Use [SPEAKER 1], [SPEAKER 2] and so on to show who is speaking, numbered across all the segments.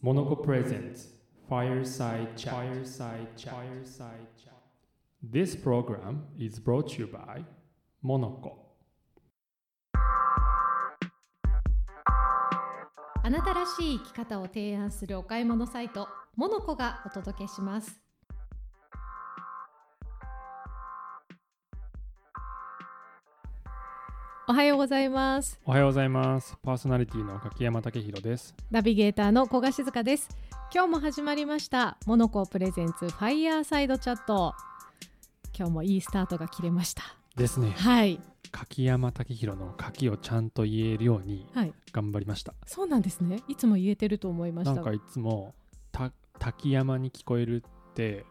[SPEAKER 1] モノコプレゼンツ Fireside Chat Fireside Chat Fireside Chat This program is brought to you by モノコ
[SPEAKER 2] あなたらしい生き方を提案するお買い物サイトモノコがお届けしますおはようございます
[SPEAKER 1] おはようございますパーソナリティの柿山武博です
[SPEAKER 2] ナビゲーターの古賀静香です今日も始まりましたモノコプレゼンツファイヤーサイドチャット今日もいいスタートが切れました
[SPEAKER 1] ですね
[SPEAKER 2] はい
[SPEAKER 1] 柿山武博の柿をちゃんと言えるように
[SPEAKER 2] はい
[SPEAKER 1] 頑張りました、
[SPEAKER 2] そうなんですねいつも言えてると思いました
[SPEAKER 1] なんかいつもた滝山に聞こえるって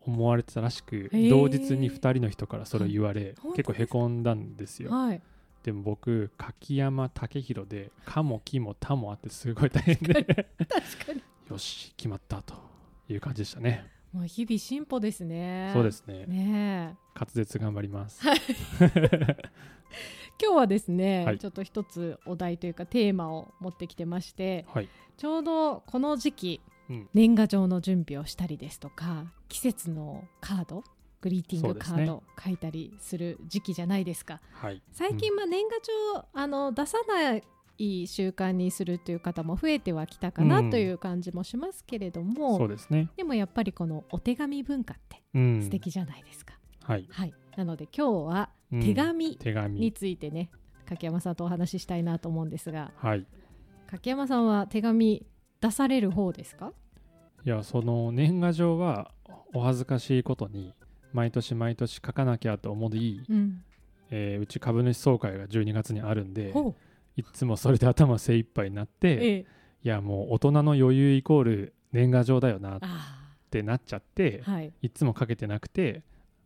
[SPEAKER 1] 思われてたらしく、
[SPEAKER 2] ー
[SPEAKER 1] 同日に2人の人からそれを言われ
[SPEAKER 2] 本当
[SPEAKER 1] 結構へこんだんですよ
[SPEAKER 2] はい
[SPEAKER 1] でも僕柿山武博で「かもきもたもあってすごい大変で
[SPEAKER 2] 確かに
[SPEAKER 1] よし決まったという感じでしたね、
[SPEAKER 2] もう日々進歩ですね
[SPEAKER 1] そうですね
[SPEAKER 2] ねえ
[SPEAKER 1] 滑舌頑張ります
[SPEAKER 2] 今日はですね、
[SPEAKER 1] はい
[SPEAKER 2] ちょっと一つお題というかテーマを持ってきてまして
[SPEAKER 1] はい
[SPEAKER 2] ちょうどこの時期、
[SPEAKER 1] うん
[SPEAKER 2] 年賀状の準備をしたりですとか季節のカードグリーティン
[SPEAKER 1] そう
[SPEAKER 2] グ
[SPEAKER 1] で
[SPEAKER 2] カ
[SPEAKER 1] すね
[SPEAKER 2] ードを書いたりする時期じゃないですか
[SPEAKER 1] はい
[SPEAKER 2] 最近、まあ年賀状あの出さない習慣にするという方も増えてはきたか
[SPEAKER 1] う
[SPEAKER 2] なんという感じもしますけれど
[SPEAKER 1] うん
[SPEAKER 2] も、
[SPEAKER 1] そうですね
[SPEAKER 2] でもやっぱりこのお手紙文化って
[SPEAKER 1] うん
[SPEAKER 2] 素敵じゃないですか、
[SPEAKER 1] はい、
[SPEAKER 2] はいなので今日は
[SPEAKER 1] うん
[SPEAKER 2] 手紙
[SPEAKER 1] 手
[SPEAKER 2] に
[SPEAKER 1] 紙
[SPEAKER 2] ついてね柿山さんとお話ししたいなと思うんですが
[SPEAKER 1] はい
[SPEAKER 2] 柿山さんは手紙出される方ですか
[SPEAKER 1] いやその年賀状はお恥ずかしいことに毎年毎年書かなきゃと思い、
[SPEAKER 2] うん
[SPEAKER 1] えーうち株主総会が12月にあるんで
[SPEAKER 2] ほう
[SPEAKER 1] いつもそれで頭精一杯になって、
[SPEAKER 2] ええ
[SPEAKER 1] いやもう大人の余裕イコール年賀状だよなっ
[SPEAKER 2] あ
[SPEAKER 1] てなっちゃって
[SPEAKER 2] あはい
[SPEAKER 1] いつも書けてなくて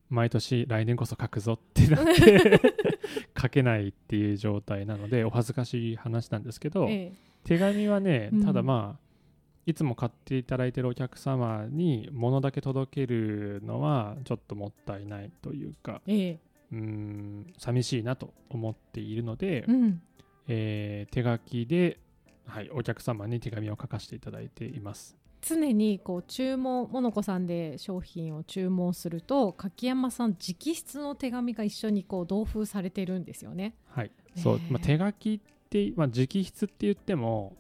[SPEAKER 1] 毎年来年こそ書くぞってなって 書けないっていう状態なのでお恥ずかしい話なんですけど、
[SPEAKER 2] ええ
[SPEAKER 1] 手紙はね
[SPEAKER 2] うん
[SPEAKER 1] ただまあ、いつも買っていただいてるお客様に物だけ届けるのはちょっともったいないというか
[SPEAKER 2] ええ
[SPEAKER 1] うーん寂しいなと思っているので、
[SPEAKER 2] うん
[SPEAKER 1] えー手書きで、はい、お客様に手紙を書かせていただいています。
[SPEAKER 2] 常にこう注文モノコさんで商品を注文すると柿山さん直筆の手紙が一緒にこう同封されてるんですよね
[SPEAKER 1] はい、そう、まあ、手書きって、まあ、直筆って言っても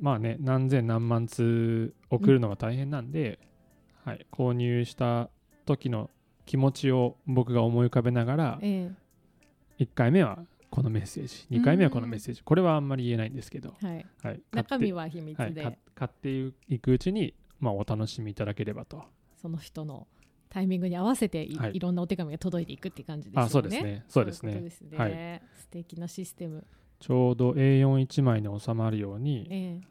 [SPEAKER 1] まあね何千何万通送るのが大変なんで、はい、購入した時の気持ちを僕が思い浮かべながら
[SPEAKER 2] え
[SPEAKER 1] 1回目はこのメッセージ2回目はこのメッセージこれはあんまり言えないんですけど、
[SPEAKER 2] えはい
[SPEAKER 1] はい、
[SPEAKER 2] 中身
[SPEAKER 1] は、
[SPEAKER 2] は秘密
[SPEAKER 1] はい、
[SPEAKER 2] で、
[SPEAKER 1] か買っていくうちに、まあ、お楽しみいただければと
[SPEAKER 2] その人のタイミングに合わせてい,、
[SPEAKER 1] はい
[SPEAKER 2] いろんなお手紙が届いていくっていう感じですよね
[SPEAKER 1] あそうですねそうですね
[SPEAKER 2] いことですね
[SPEAKER 1] は
[SPEAKER 2] 素敵なシステム。
[SPEAKER 1] ちょうど A41 枚に収まるように
[SPEAKER 2] ええ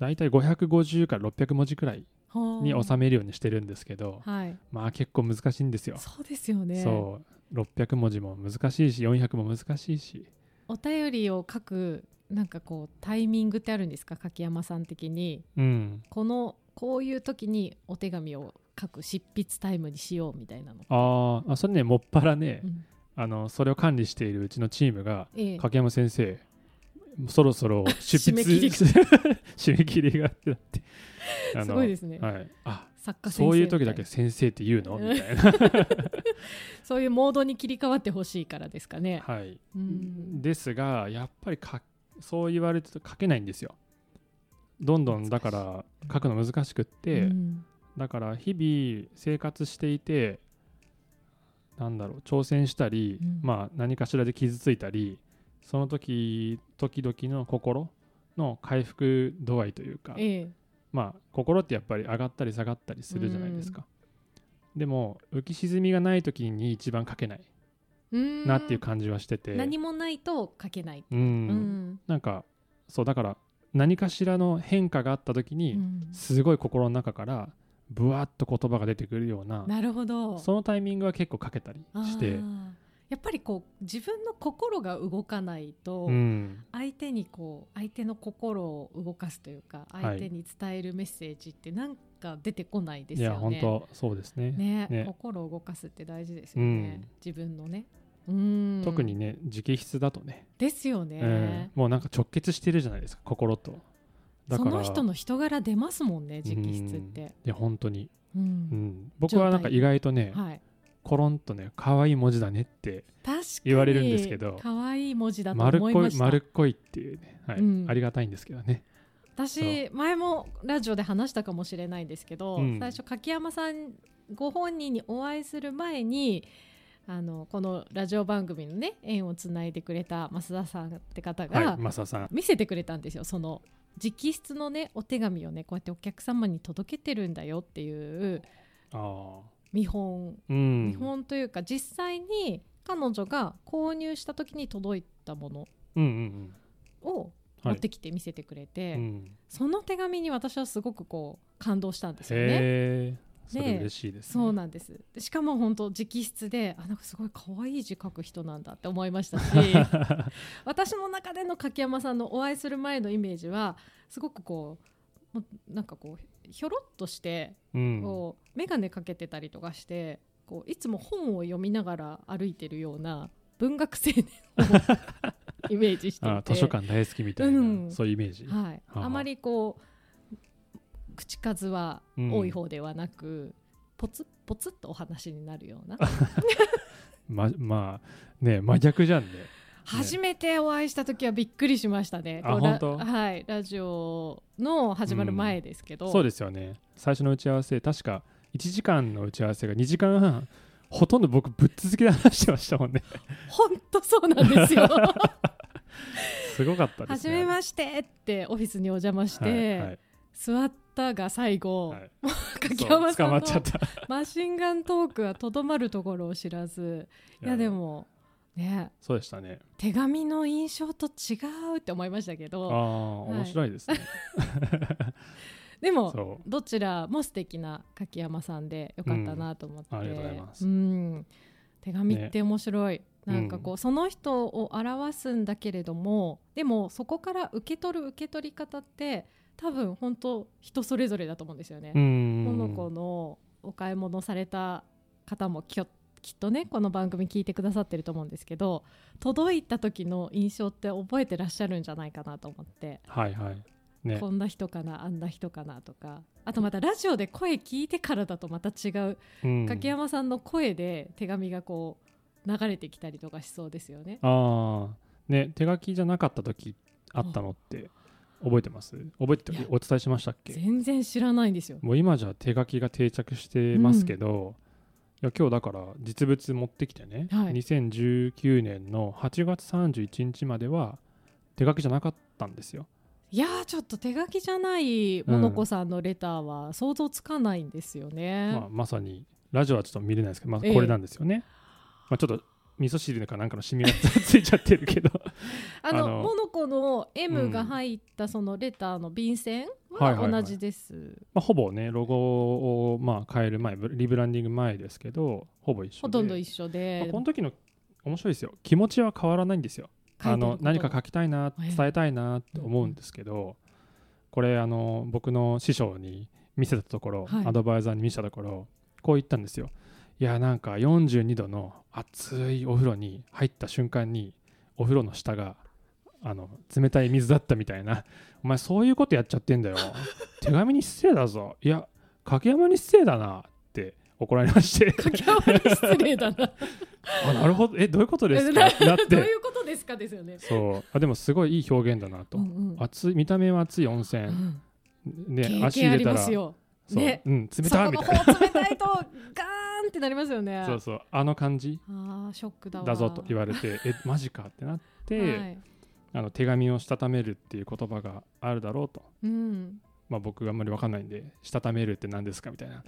[SPEAKER 1] だいたい550から600文字くらい
[SPEAKER 2] はあ
[SPEAKER 1] に収めるようにしてるんですけど、
[SPEAKER 2] はい。
[SPEAKER 1] まあ結構難しいんですよ。
[SPEAKER 2] そうですよね。
[SPEAKER 1] そう600文字も難しいし400も難しいし
[SPEAKER 2] お便りを書くなんかこうタイミングってあるんですか、柿山さん的に
[SPEAKER 1] うん
[SPEAKER 2] このこういう時にお手紙を書く執筆タイムにしようみたいなの。
[SPEAKER 1] あーあそれねもっぱらね、
[SPEAKER 2] うん
[SPEAKER 1] あのそれを管理しているうちのチームが
[SPEAKER 2] ええ、
[SPEAKER 1] 影山先生そろそろ出
[SPEAKER 2] 締
[SPEAKER 1] 筆
[SPEAKER 2] め切り
[SPEAKER 1] 締め切りがってなってあの
[SPEAKER 2] すごいですね。
[SPEAKER 1] はい、あ
[SPEAKER 2] 作家先生
[SPEAKER 1] そういう時だ
[SPEAKER 2] みた
[SPEAKER 1] け
[SPEAKER 2] な
[SPEAKER 1] 先生って言うのみたい な、
[SPEAKER 2] そういうモードに切り替わってほしいからですかね。
[SPEAKER 1] はい、
[SPEAKER 2] うん
[SPEAKER 1] ですがやっぱりかそう言われると書けないんですよどんどんだから書くの難しくって、
[SPEAKER 2] うん
[SPEAKER 1] だから日々生活していてなんだろう挑戦したり、
[SPEAKER 2] うん
[SPEAKER 1] まあ何かしらで傷ついたりその時時々の心の回復度合いというか、
[SPEAKER 2] ええ、
[SPEAKER 1] まあ心ってやっぱり上がったり下がったりするじゃないですか、でも浮き沈みがない時に一番書けないな
[SPEAKER 2] な
[SPEAKER 1] っていう感じはしてて
[SPEAKER 2] 何もないと書けない。
[SPEAKER 1] うん、
[SPEAKER 2] うん
[SPEAKER 1] なんかそうだから何かしらの変化があった時に、
[SPEAKER 2] うん
[SPEAKER 1] すごい心の中からぶわっと言葉が出てくるような
[SPEAKER 2] なるほど。
[SPEAKER 1] そのタイミングは結構かけたりして
[SPEAKER 2] あ、ーやっぱりこう自分の心が動かないと、
[SPEAKER 1] うん、
[SPEAKER 2] 相手にこう相手の心を動かすというか
[SPEAKER 1] い
[SPEAKER 2] 相手に伝えるメッセージってなんか出てこないです
[SPEAKER 1] いや
[SPEAKER 2] よね。
[SPEAKER 1] 本当そうですね
[SPEAKER 2] ね
[SPEAKER 1] ね
[SPEAKER 2] 心を動かすって大事ですよね、
[SPEAKER 1] うん
[SPEAKER 2] 自分のね。うん
[SPEAKER 1] 特にね直筆だとね、
[SPEAKER 2] ですよ
[SPEAKER 1] うん
[SPEAKER 2] ね。
[SPEAKER 1] もうなんか直結してるじゃないですか心とだ
[SPEAKER 2] そ
[SPEAKER 1] から
[SPEAKER 2] の人の人柄出ますもんね直筆って、
[SPEAKER 1] いや本当に、
[SPEAKER 2] うん
[SPEAKER 1] うん、僕はなんか意外とね、
[SPEAKER 2] はい、
[SPEAKER 1] コロンとね可愛い文字だねって
[SPEAKER 2] 確かに
[SPEAKER 1] 言われるんですけど
[SPEAKER 2] 可愛い文字だと
[SPEAKER 1] 丸っ
[SPEAKER 2] 思い
[SPEAKER 1] こ
[SPEAKER 2] ま
[SPEAKER 1] い
[SPEAKER 2] した
[SPEAKER 1] 丸っこいっていうね、はい
[SPEAKER 2] うん
[SPEAKER 1] ありがたいんですけどね
[SPEAKER 2] 私前もラジオで話したかもしれないですけど、
[SPEAKER 1] うん
[SPEAKER 2] 最初柿山さんご本人にお会いする前にあのこのラジオ番組のね縁をつないでくれた増田さんって方が、
[SPEAKER 1] はいマサさん
[SPEAKER 2] 見せてくれたんですよその直筆のねお手紙をねこうやってお客様に届けてるんだよっていう
[SPEAKER 1] あ
[SPEAKER 2] 見本、
[SPEAKER 1] ーうん
[SPEAKER 2] 見本というか実際に彼女が購入した時に届いたもの
[SPEAKER 1] うんうん
[SPEAKER 2] を
[SPEAKER 1] は
[SPEAKER 2] 持
[SPEAKER 1] い
[SPEAKER 2] ってきて見せてくれて、
[SPEAKER 1] うんうん
[SPEAKER 2] その手紙に私はすごくこう感動したんですよね。
[SPEAKER 1] へえそれ
[SPEAKER 2] で
[SPEAKER 1] 嬉しいですね
[SPEAKER 2] そうなんですでしかも本当直筆であなんかすごい可愛い字書く人なんだって思いましたし 私の中での柿山さんのお会いする前のイメージはすごくこうもうなんかこうひょろっとして
[SPEAKER 1] うん
[SPEAKER 2] こう眼鏡かけてたりとかしてこういつも本を読みながら歩いてるような文学青年 をイメージしてい
[SPEAKER 1] あ
[SPEAKER 2] て
[SPEAKER 1] 図書館大好きみたいな、
[SPEAKER 2] うん
[SPEAKER 1] そういうイメージ、
[SPEAKER 2] はい、
[SPEAKER 1] あは
[SPEAKER 2] あまりこう口数は多い方ではなく、ポツッポツッとお話になるような
[SPEAKER 1] ままあね真逆じゃんね
[SPEAKER 2] 初めてお会いした時はびっくりしましたね。
[SPEAKER 1] あ
[SPEAKER 2] こうラ
[SPEAKER 1] 本当
[SPEAKER 2] はい、ラジオの始まる前ですけど、
[SPEAKER 1] そうですよね最初の打ち合わせ確か1時間の打ち合わせが2時間半ほとんど僕ぶっ続けで話してましたもんね
[SPEAKER 2] 本当そうなんですよ。
[SPEAKER 1] すごかったで
[SPEAKER 2] は
[SPEAKER 1] す
[SPEAKER 2] じ
[SPEAKER 1] ね
[SPEAKER 2] めましてってオフィスにお邪魔して、
[SPEAKER 1] はいはい
[SPEAKER 2] 座ったが最後、
[SPEAKER 1] はい
[SPEAKER 2] 柿
[SPEAKER 1] そう
[SPEAKER 2] 山さ
[SPEAKER 1] 捕
[SPEAKER 2] ん
[SPEAKER 1] ま
[SPEAKER 2] の
[SPEAKER 1] っちゃった
[SPEAKER 2] マシンガントークはとどまるところを知らずいやでもね
[SPEAKER 1] そうでしたね
[SPEAKER 2] 手紙の印象と違うって思いましたけ
[SPEAKER 1] ああ
[SPEAKER 2] どい
[SPEAKER 1] 面白いですね、
[SPEAKER 2] でも
[SPEAKER 1] そ
[SPEAKER 2] どちらも素敵な柿山さんでよかったなと思って、
[SPEAKER 1] うんありがとうございます
[SPEAKER 2] うん手紙って面白い、
[SPEAKER 1] ね
[SPEAKER 2] なんかこう、その人を表すんだけれどもでもそこから受け取る受け取り方って多分本当人それぞれだと思うんですよね
[SPEAKER 1] うう。ん
[SPEAKER 2] モノコのお買い物された方もきょきっとねこの番組聞いてくださってると思うんですけど届いた時の印象って覚えてらっしゃるんじゃないかなと思って、
[SPEAKER 1] はいはいね
[SPEAKER 2] こんな人かなあんな人かなとかあとまたラジオで声聞いてからだとまた違う、
[SPEAKER 1] うん
[SPEAKER 2] 柿山さんの声で手紙がこう流れてきたりとかしそうですよね。
[SPEAKER 1] ああね手書きじゃなかった時あったのって覚えてます覚えて
[SPEAKER 2] いや
[SPEAKER 1] お伝えしましたっけ
[SPEAKER 2] 全然知らないんですよ。
[SPEAKER 1] もう今じゃ手書きが定着してますけど、いや今日だから実物持ってきてね、
[SPEAKER 2] はい
[SPEAKER 1] 2019年の8月31日までは手書きじゃなかったんですよ。
[SPEAKER 2] いやーちょっと手書きじゃないモノコさんのレターは想像つかないんですよね。
[SPEAKER 1] まあ、まさにラジオはちょっと見れないですけど、まあ、
[SPEAKER 2] ええ
[SPEAKER 1] これなんですよね。まあ、ちょっと味噌汁かなんかの染みがついちゃってるけど
[SPEAKER 2] あの
[SPEAKER 1] あの
[SPEAKER 2] モノコの
[SPEAKER 1] うん
[SPEAKER 2] M が入ったそのレターの便
[SPEAKER 1] は
[SPEAKER 2] 箋
[SPEAKER 1] い
[SPEAKER 2] は
[SPEAKER 1] はいはい
[SPEAKER 2] 同じです。
[SPEAKER 1] まあほぼねロゴをまあ変える前ブリブランディング前ですけどほぼ一緒で
[SPEAKER 2] ほとんど一
[SPEAKER 1] 緒、
[SPEAKER 2] 緒
[SPEAKER 1] まあ
[SPEAKER 2] で
[SPEAKER 1] この時の面白いですよ気持ちは変わらないんですよ。あの何か
[SPEAKER 2] 書いてるこ
[SPEAKER 1] 書きたいな
[SPEAKER 2] ええ
[SPEAKER 1] 伝えたいなって思うんですけどこれあの僕の師匠に見せたところ、
[SPEAKER 2] はい
[SPEAKER 1] アドバイザーに見せたところこう言ったんですよいやなんか42度の熱いお風呂に入った瞬間にお風呂の下があの冷たい水だったみたいなお前そういうことやっちゃってんだよ 手紙に失礼だぞいや掛山に失礼だなって怒られま して
[SPEAKER 2] と書き終わり失礼だな
[SPEAKER 1] あなるほどえどういうことですか
[SPEAKER 2] な
[SPEAKER 1] ってなっ
[SPEAKER 2] どうい
[SPEAKER 1] て
[SPEAKER 2] うことですかですよね。
[SPEAKER 1] そうあでもすごいいい表現だなと
[SPEAKER 2] うんうん
[SPEAKER 1] 熱い見た目は熱い温
[SPEAKER 2] う
[SPEAKER 1] 泉
[SPEAKER 2] ん
[SPEAKER 1] ね
[SPEAKER 2] 経
[SPEAKER 1] 足
[SPEAKER 2] 験
[SPEAKER 1] 入
[SPEAKER 2] あ
[SPEAKER 1] れ
[SPEAKER 2] り
[SPEAKER 1] た
[SPEAKER 2] ま
[SPEAKER 1] ら
[SPEAKER 2] す
[SPEAKER 1] そう
[SPEAKER 2] よ。ね
[SPEAKER 1] うん冷
[SPEAKER 2] そ
[SPEAKER 1] た
[SPEAKER 2] こ
[SPEAKER 1] み
[SPEAKER 2] が
[SPEAKER 1] たいな
[SPEAKER 2] こう冷たいとガーンってなりますよね。
[SPEAKER 1] そうそうあの感じ
[SPEAKER 2] ああショックだわ。
[SPEAKER 1] だぞと言われてえマジかってなって、
[SPEAKER 2] はい
[SPEAKER 1] あの手紙をしたためるっていう言葉があるだろうと
[SPEAKER 2] うん、
[SPEAKER 1] まあ僕があんまり分かんないんでしたためるって何ですかみた いな、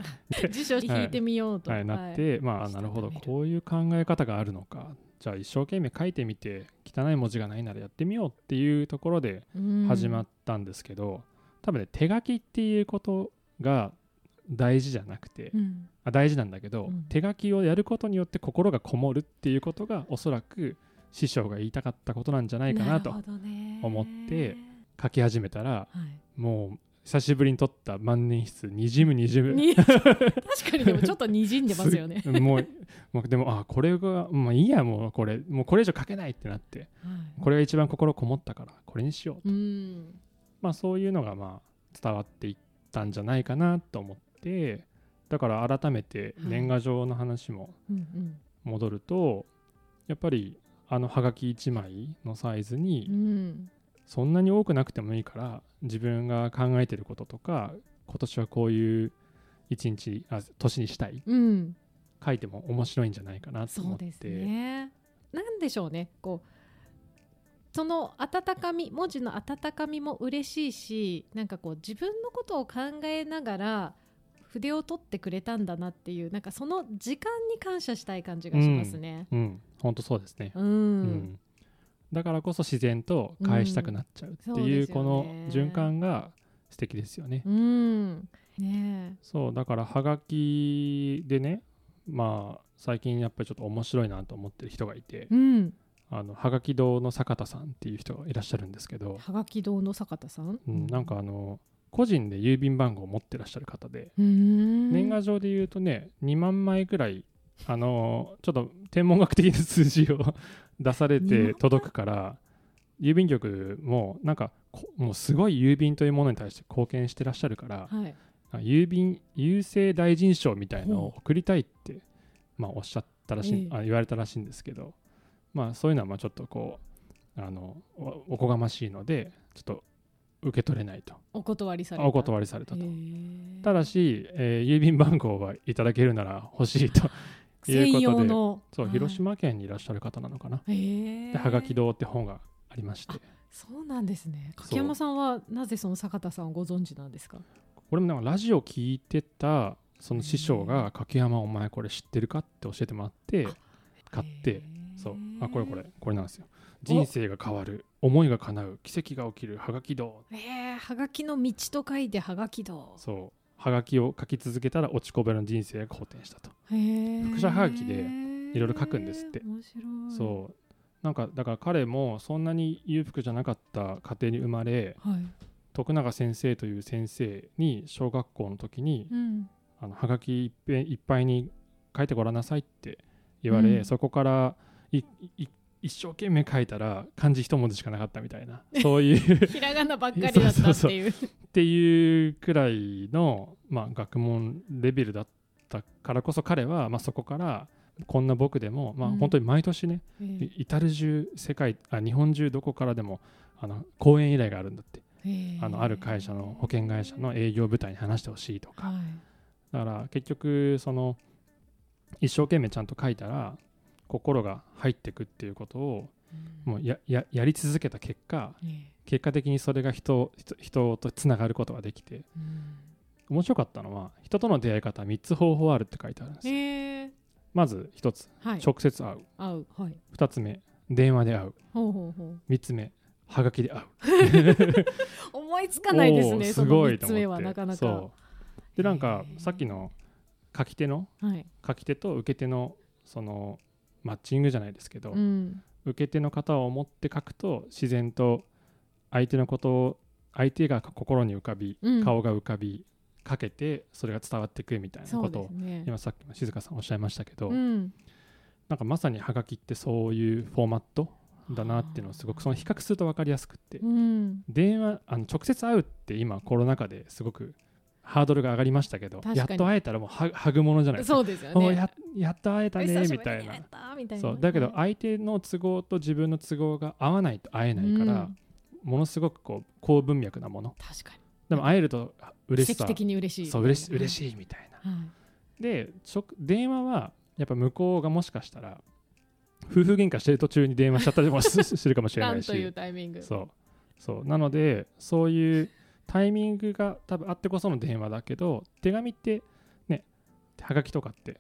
[SPEAKER 2] 辞書引いてみようと。
[SPEAKER 1] はい、なって、まあなるほど
[SPEAKER 2] したためる
[SPEAKER 1] こういう考え方があるのかじゃあ一生懸命書いてみて汚い文字がないならやってみようっていうところで始ま
[SPEAKER 2] っ
[SPEAKER 1] ったんですけど、多分ね手書きっていうことが大事じゃなくて、
[SPEAKER 2] て、うん
[SPEAKER 1] あ大事なんだけど、
[SPEAKER 2] うん
[SPEAKER 1] 手書きをやることによって心がこもるっていうことがおそらく師匠が言いたかったことなんじゃないかなと
[SPEAKER 2] るほどね
[SPEAKER 1] 思って書き始めたら
[SPEAKER 2] はい
[SPEAKER 1] もう久しぶりに撮った万年筆にじむにじむ
[SPEAKER 2] に 確かにでもちょっとにじんでますよね。
[SPEAKER 1] すもうもうでもあこれがもういいやもうこれもうこれ以上書けないってなって
[SPEAKER 2] はい
[SPEAKER 1] これが一番心こもったからこれにしよう
[SPEAKER 2] うん、
[SPEAKER 1] まあ、そういうのがまあ伝わっていったんじゃないかなと思ってだから改めて年賀状の話も
[SPEAKER 2] うんうん
[SPEAKER 1] 戻ると、やっぱりあのはがき1枚のサイズに
[SPEAKER 2] うん
[SPEAKER 1] そんなに多くなくてもいいから自分が考えてることとか今年はこういう一日あ年にしたい
[SPEAKER 2] うん
[SPEAKER 1] 書いても面白いんじゃないかなと
[SPEAKER 2] そ
[SPEAKER 1] 思
[SPEAKER 2] う
[SPEAKER 1] っ
[SPEAKER 2] です
[SPEAKER 1] て、
[SPEAKER 2] ね。なんでしょうねこうその温かみ文字の温かみも嬉しいしなんかこう自分のことを考えながら筆を取ってくれたんだなっていうなんかその時間に感謝したい感じがしますね。
[SPEAKER 1] うん本当そうですね、
[SPEAKER 2] うん、
[SPEAKER 1] うんだからこそ自然と返したくなっちゃうって
[SPEAKER 2] うんそう
[SPEAKER 1] い
[SPEAKER 2] で
[SPEAKER 1] う
[SPEAKER 2] すよ
[SPEAKER 1] こ
[SPEAKER 2] ね
[SPEAKER 1] の循環が素敵ですよね、
[SPEAKER 2] うん、ね
[SPEAKER 1] そうだからはがきでねまあ最近やっぱりちょっと面白いなと思ってる人がいて
[SPEAKER 2] え、うん、
[SPEAKER 1] あのはがき堂の坂田さんっていう人がいらっしゃるんですけど、
[SPEAKER 2] はがき堂の坂田さん、
[SPEAKER 1] うん、なんかあの個人で郵便番号を持ってらっしゃる方で、
[SPEAKER 2] うん
[SPEAKER 1] 年賀状で言うとね2万枚ぐらいあのちょっと天文学的な数字を 出され
[SPEAKER 2] 2万
[SPEAKER 1] て
[SPEAKER 2] 枚
[SPEAKER 1] 届くから郵便局もなんかこもうすごい郵便というものに対して貢献してらっしゃるから
[SPEAKER 2] はい、
[SPEAKER 1] あ郵便郵政大臣賞みたいのを
[SPEAKER 2] ほ
[SPEAKER 1] 送りたいって、まあ、おっしゃったらしい、
[SPEAKER 2] ええ
[SPEAKER 1] あ言われたらしいんですけど、まあ、そういうのはまあちょっとこうあのおおこがましいのでちょっと受け取れないと
[SPEAKER 2] お断りされた
[SPEAKER 1] お断りされたと。
[SPEAKER 2] へえ
[SPEAKER 1] ただし、えー郵便番号はいただけるなら欲しい ということで
[SPEAKER 2] 専用の
[SPEAKER 1] そう
[SPEAKER 2] はい
[SPEAKER 1] 広島県にいらっしゃる方なのかな。
[SPEAKER 2] へえ
[SPEAKER 1] ではがき堂って本がありまして
[SPEAKER 2] そうなんですね。
[SPEAKER 1] そう
[SPEAKER 2] 柿山さんはなぜその坂田さんをご存知なんですか。
[SPEAKER 1] これもなんかラジオ聞いてたその師匠
[SPEAKER 2] へえ
[SPEAKER 1] が「柿山お前これ知ってるか?」って教えてもらって買って
[SPEAKER 2] へー
[SPEAKER 1] そうあこれこれ。これなんですよ人生が変わる思いが叶う奇跡が起きるはがき堂
[SPEAKER 2] ええはがきの道と書いてはがき道。
[SPEAKER 1] そうはがきを書き続けたら落ちこぼれの人生が好転したと、
[SPEAKER 2] へえ
[SPEAKER 1] 複写はがきでいろいろ書くんですって
[SPEAKER 2] 面白い。
[SPEAKER 1] そうなんかだから彼もそんなに裕福じゃなかった家庭に生まれ
[SPEAKER 2] はい。
[SPEAKER 1] 徳永先生という先生に小学校の時に
[SPEAKER 2] うん。
[SPEAKER 1] あのはがきいっぺんいっぱいに書いてごらんなさいって言われ、
[SPEAKER 2] うん
[SPEAKER 1] そこからいい一生懸命書いたら漢字一文字しかなかったみたいな そういう
[SPEAKER 2] ひらがなばっかりだったって いう。
[SPEAKER 1] っていうくらいの、まあ、学問レベルだったからこそ彼は、まあ、そこからこんな僕でも、まあ、
[SPEAKER 2] うん
[SPEAKER 1] 本当に毎年ね、
[SPEAKER 2] へ
[SPEAKER 1] い
[SPEAKER 2] ー
[SPEAKER 1] 至る中世界あ日本中どこからでもあの講演依頼があるんだって
[SPEAKER 2] へー
[SPEAKER 1] あのある会社の保険会社の営業部隊に話してほしいとか
[SPEAKER 2] はい。
[SPEAKER 1] だから結局その一生懸命ちゃんと書いたら心が入ってくっていうことをもうやややり続けた結果
[SPEAKER 2] うんね
[SPEAKER 1] 結果的にそれが人人人とつながることができて
[SPEAKER 2] うん
[SPEAKER 1] 面白かったのは人との出会い方3つ方法あるって書いてあるんですよ、
[SPEAKER 2] へえ
[SPEAKER 1] まず1つ
[SPEAKER 2] はい。
[SPEAKER 1] 直接会う
[SPEAKER 2] 合うはい。
[SPEAKER 1] 2つ目電話で会う
[SPEAKER 2] ほうほうほう。
[SPEAKER 1] 3つ目はがきで会う
[SPEAKER 2] 思いつかないです
[SPEAKER 1] おー
[SPEAKER 2] ね。
[SPEAKER 1] すごい
[SPEAKER 2] そ
[SPEAKER 1] と思って
[SPEAKER 2] の三つ目はなかなか
[SPEAKER 1] そ。うでなんか
[SPEAKER 2] へー
[SPEAKER 1] さっきの書き手の
[SPEAKER 2] はい。
[SPEAKER 1] 書き手と受け手のそのマッチングじゃないですけど、
[SPEAKER 2] うん。
[SPEAKER 1] 受け手の方を思って書くと自然と相手のことを相手が心に浮かび
[SPEAKER 2] うん
[SPEAKER 1] 顔が浮かび、かけてそれが伝わってくるみたいな
[SPEAKER 2] そ
[SPEAKER 1] こ
[SPEAKER 2] う
[SPEAKER 1] と
[SPEAKER 2] で
[SPEAKER 1] を、
[SPEAKER 2] すね。
[SPEAKER 1] 今さっきも静香さんおっしゃいましたけど、
[SPEAKER 2] うん。
[SPEAKER 1] なんかまさにハガキってそういうフォーマットだなっていうのをすごくその比較すると分かりやすくって、
[SPEAKER 2] うん。
[SPEAKER 1] 電話あの直接会うって今コロナ禍ですごくハードルが上がりましたけど
[SPEAKER 2] 確か
[SPEAKER 1] やっ
[SPEAKER 2] に
[SPEAKER 1] と会えたらもうハハグものじゃないですか。
[SPEAKER 2] そうです よ
[SPEAKER 1] お
[SPEAKER 2] ね。
[SPEAKER 1] ややっと会えた
[SPEAKER 2] お
[SPEAKER 1] ね
[SPEAKER 2] 久しぶ
[SPEAKER 1] み
[SPEAKER 2] りに
[SPEAKER 1] たいな
[SPEAKER 2] 会えたみたいな
[SPEAKER 1] そうだけど相手の都合と自分の都合が合わないと会えないから、
[SPEAKER 2] うん
[SPEAKER 1] ものすごくこう高文脈なもの
[SPEAKER 2] 確か
[SPEAKER 1] でも会えると
[SPEAKER 2] に。
[SPEAKER 1] 嬉
[SPEAKER 2] 奇
[SPEAKER 1] しさ
[SPEAKER 2] 跡的に嬉しい。
[SPEAKER 1] そう嬉し嬉
[SPEAKER 2] しい。
[SPEAKER 1] しいみたいな
[SPEAKER 2] はい
[SPEAKER 1] で直電話はやっぱ向こうがもしかしたら夫婦喧嘩してる途中に電話しちゃったりもすするかもしれ
[SPEAKER 2] な
[SPEAKER 1] なんい
[SPEAKER 2] という
[SPEAKER 1] し
[SPEAKER 2] タイミング。
[SPEAKER 1] そうそうなのでそういうタイミングが多分あってこその電話だけど手紙ってねはがきとかって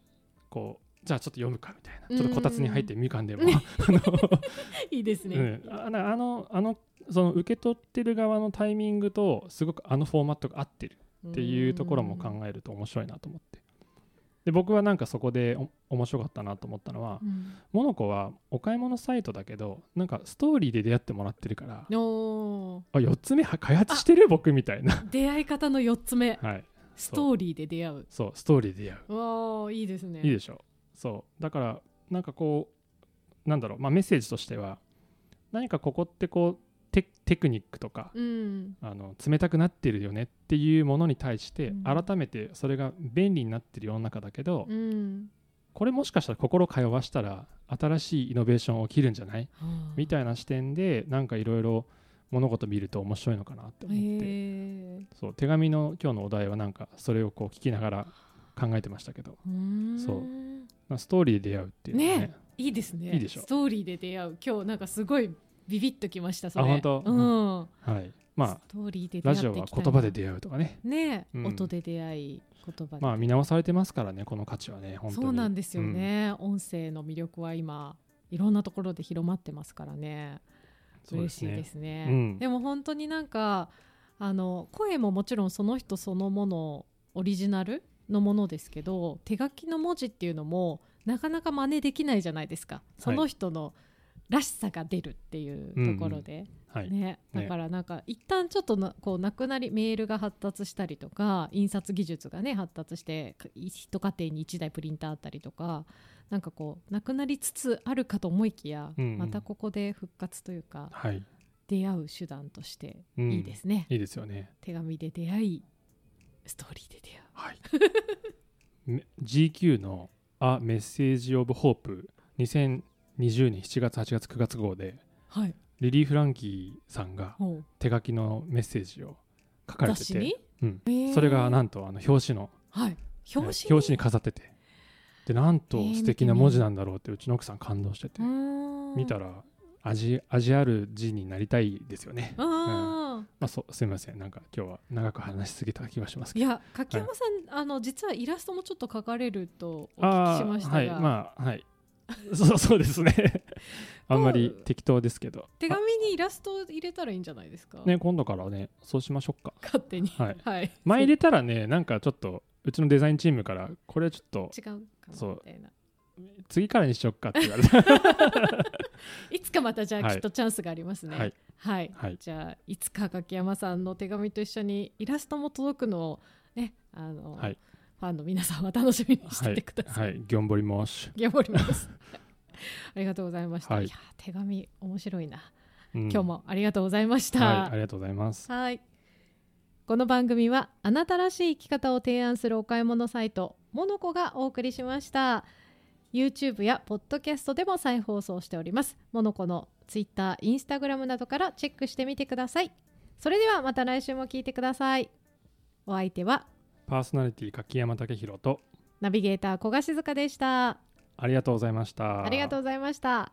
[SPEAKER 1] こうじゃあちょっと読むかみたいなちょっとこたつに入ってみかんでもあの
[SPEAKER 2] いいです ね。
[SPEAKER 1] うん、あなんかあのあのその受け取ってる側のタイミングとすごくあのフォーマットが合ってるっていうところも考えると面白いなと思ってで僕はなんかそこでお面白かったなと思ったのは、
[SPEAKER 2] うん。
[SPEAKER 1] モノコはお買い物サイトだけどなんかストーリーで出会ってもらってるから、
[SPEAKER 2] お
[SPEAKER 1] あ4つ目は開発してる僕みたいな
[SPEAKER 2] ー出会い方の四つ目、
[SPEAKER 1] はい
[SPEAKER 2] ストーリーで出会う。
[SPEAKER 1] そうストーリーで出会う
[SPEAKER 2] わあ、いいですね。
[SPEAKER 1] いいでしょそうだからなんかこうなんだろう、まあ、メッセージとしては何かここってこうテテクニックとか
[SPEAKER 2] うん
[SPEAKER 1] あの冷たくなってるよねっていうものに対して
[SPEAKER 2] うん
[SPEAKER 1] 改めてそれが便利になってる世の中だけど、
[SPEAKER 2] うん
[SPEAKER 1] これもしかしたら心通わしたら新しいイノベーション起きるんじゃないみ
[SPEAKER 2] い
[SPEAKER 1] たいな視点でなんかいろいろ物事見ると面白いのかなって思って、
[SPEAKER 2] へえ
[SPEAKER 1] そう手紙の今日のお題はなんかそれをこう聞きながら考えてましたけど、
[SPEAKER 2] うん
[SPEAKER 1] そうまあ、ストーリーで出会うっていうのはね
[SPEAKER 2] ねいいですね
[SPEAKER 1] いいでしょ
[SPEAKER 2] ストーリーで出会う今日なんかすごいビビッときましたそれ
[SPEAKER 1] あ本当
[SPEAKER 2] うん
[SPEAKER 1] はい、まあ
[SPEAKER 2] ストーリーで出
[SPEAKER 1] ラ
[SPEAKER 2] 会って
[SPEAKER 1] ジオ
[SPEAKER 2] い
[SPEAKER 1] は
[SPEAKER 2] きたいな
[SPEAKER 1] 言葉で出会うとかね
[SPEAKER 2] ね、
[SPEAKER 1] うん
[SPEAKER 2] 音で出会い言葉で、
[SPEAKER 1] まあ見直されてますからねこの価値はね本当に
[SPEAKER 2] そうなんですよね、音声の魅力は今いろんなところで広まってますからね
[SPEAKER 1] そう
[SPEAKER 2] 嬉
[SPEAKER 1] です
[SPEAKER 2] しい
[SPEAKER 1] ね
[SPEAKER 2] ですね
[SPEAKER 1] うん
[SPEAKER 2] でも本当になんかあの声ももちろんその人そのものオリジナルのものですけど手書きの文字っていうのもなかなか真似できないじゃないですかその人のらしさが出るっていうところで、
[SPEAKER 1] はい、
[SPEAKER 2] ね、だからなんか一旦ちょっとなこうなくなりメールが発達したりとか印刷技術がね発達してか一家庭に1台プリンターあったりとかなんかこうなくなりつつあるかと思いきや、
[SPEAKER 1] うんうん
[SPEAKER 2] またここで復活というか
[SPEAKER 1] はい、
[SPEAKER 2] 出会う手段として
[SPEAKER 1] うん
[SPEAKER 2] いいですね、
[SPEAKER 1] いいですよね
[SPEAKER 2] 手紙で出会いストーリーで出会う
[SPEAKER 1] はいめ GQ の「A Message of Hope」2020年7月8月9月号で
[SPEAKER 2] はい
[SPEAKER 1] リリー・フランキーさんが
[SPEAKER 2] ほう
[SPEAKER 1] 手書きのメッセージを書かれ
[SPEAKER 2] 雑
[SPEAKER 1] て
[SPEAKER 2] 誌に
[SPEAKER 1] て、うん
[SPEAKER 2] えー
[SPEAKER 1] それがなんとあの表紙の
[SPEAKER 2] はい
[SPEAKER 1] ね
[SPEAKER 2] 表紙
[SPEAKER 1] 表紙に飾っててでなんと
[SPEAKER 2] えー
[SPEAKER 1] 素敵な文字なんだろうってうちの奥さん感動してて、
[SPEAKER 2] に
[SPEAKER 1] 見た
[SPEAKER 2] ら
[SPEAKER 1] ら味味ある字になりたいですよね、
[SPEAKER 2] あー、
[SPEAKER 1] まあ、そうすみませんなんか今日は長く話しすぎた気はしますけ
[SPEAKER 2] い
[SPEAKER 1] ど
[SPEAKER 2] や柿山さん、あの実はイラストもちょっと描かれるとお聞き
[SPEAKER 1] あ
[SPEAKER 2] し
[SPEAKER 1] あ
[SPEAKER 2] ま
[SPEAKER 1] ー
[SPEAKER 2] したが、
[SPEAKER 1] はいまあはい そうそうですねあんまり適当ですけど
[SPEAKER 2] 手紙にイラストを入れたらいいんじゃないですか、
[SPEAKER 1] あね今度からねそうしましょうか
[SPEAKER 2] 勝手に
[SPEAKER 1] はい
[SPEAKER 2] はい、
[SPEAKER 1] 前入れたらねなんかちょっとうちのデザインチームからこれちょっと
[SPEAKER 2] 違うかなみたいな
[SPEAKER 1] 次からにしよっかって言われ た
[SPEAKER 2] いつかまたじゃあ
[SPEAKER 1] はい
[SPEAKER 2] きっとチャンスがありますね
[SPEAKER 1] はい、
[SPEAKER 2] はい
[SPEAKER 1] はい
[SPEAKER 2] じゃあいつか柿山さんの手紙と一緒にイラストも届くのをねあの、
[SPEAKER 1] はい
[SPEAKER 2] ファンの皆さんは楽しみにして
[SPEAKER 1] は
[SPEAKER 2] て
[SPEAKER 1] い
[SPEAKER 2] ください、
[SPEAKER 1] はいギョンボリモッシュ、
[SPEAKER 2] 頑張ります ありがとうございました、
[SPEAKER 1] はい
[SPEAKER 2] いや手紙面白いな、
[SPEAKER 1] うん
[SPEAKER 2] 今日もありがとうございました、
[SPEAKER 1] はいありがとうございます
[SPEAKER 2] はい。この番組はあなたらしい生き方を提案するお買い物サイトモノコがお送りしました。YouTube やポッドキャストでも再放送しております。モノコの Twitter、Instagram などからチェックしてみてください。それではまた来週も聞いてください。お相手は
[SPEAKER 1] パーソナリティ柿山武宏と
[SPEAKER 2] ナビゲーター小賀静香でした。
[SPEAKER 1] ありがとうございました
[SPEAKER 2] ありがとうございました。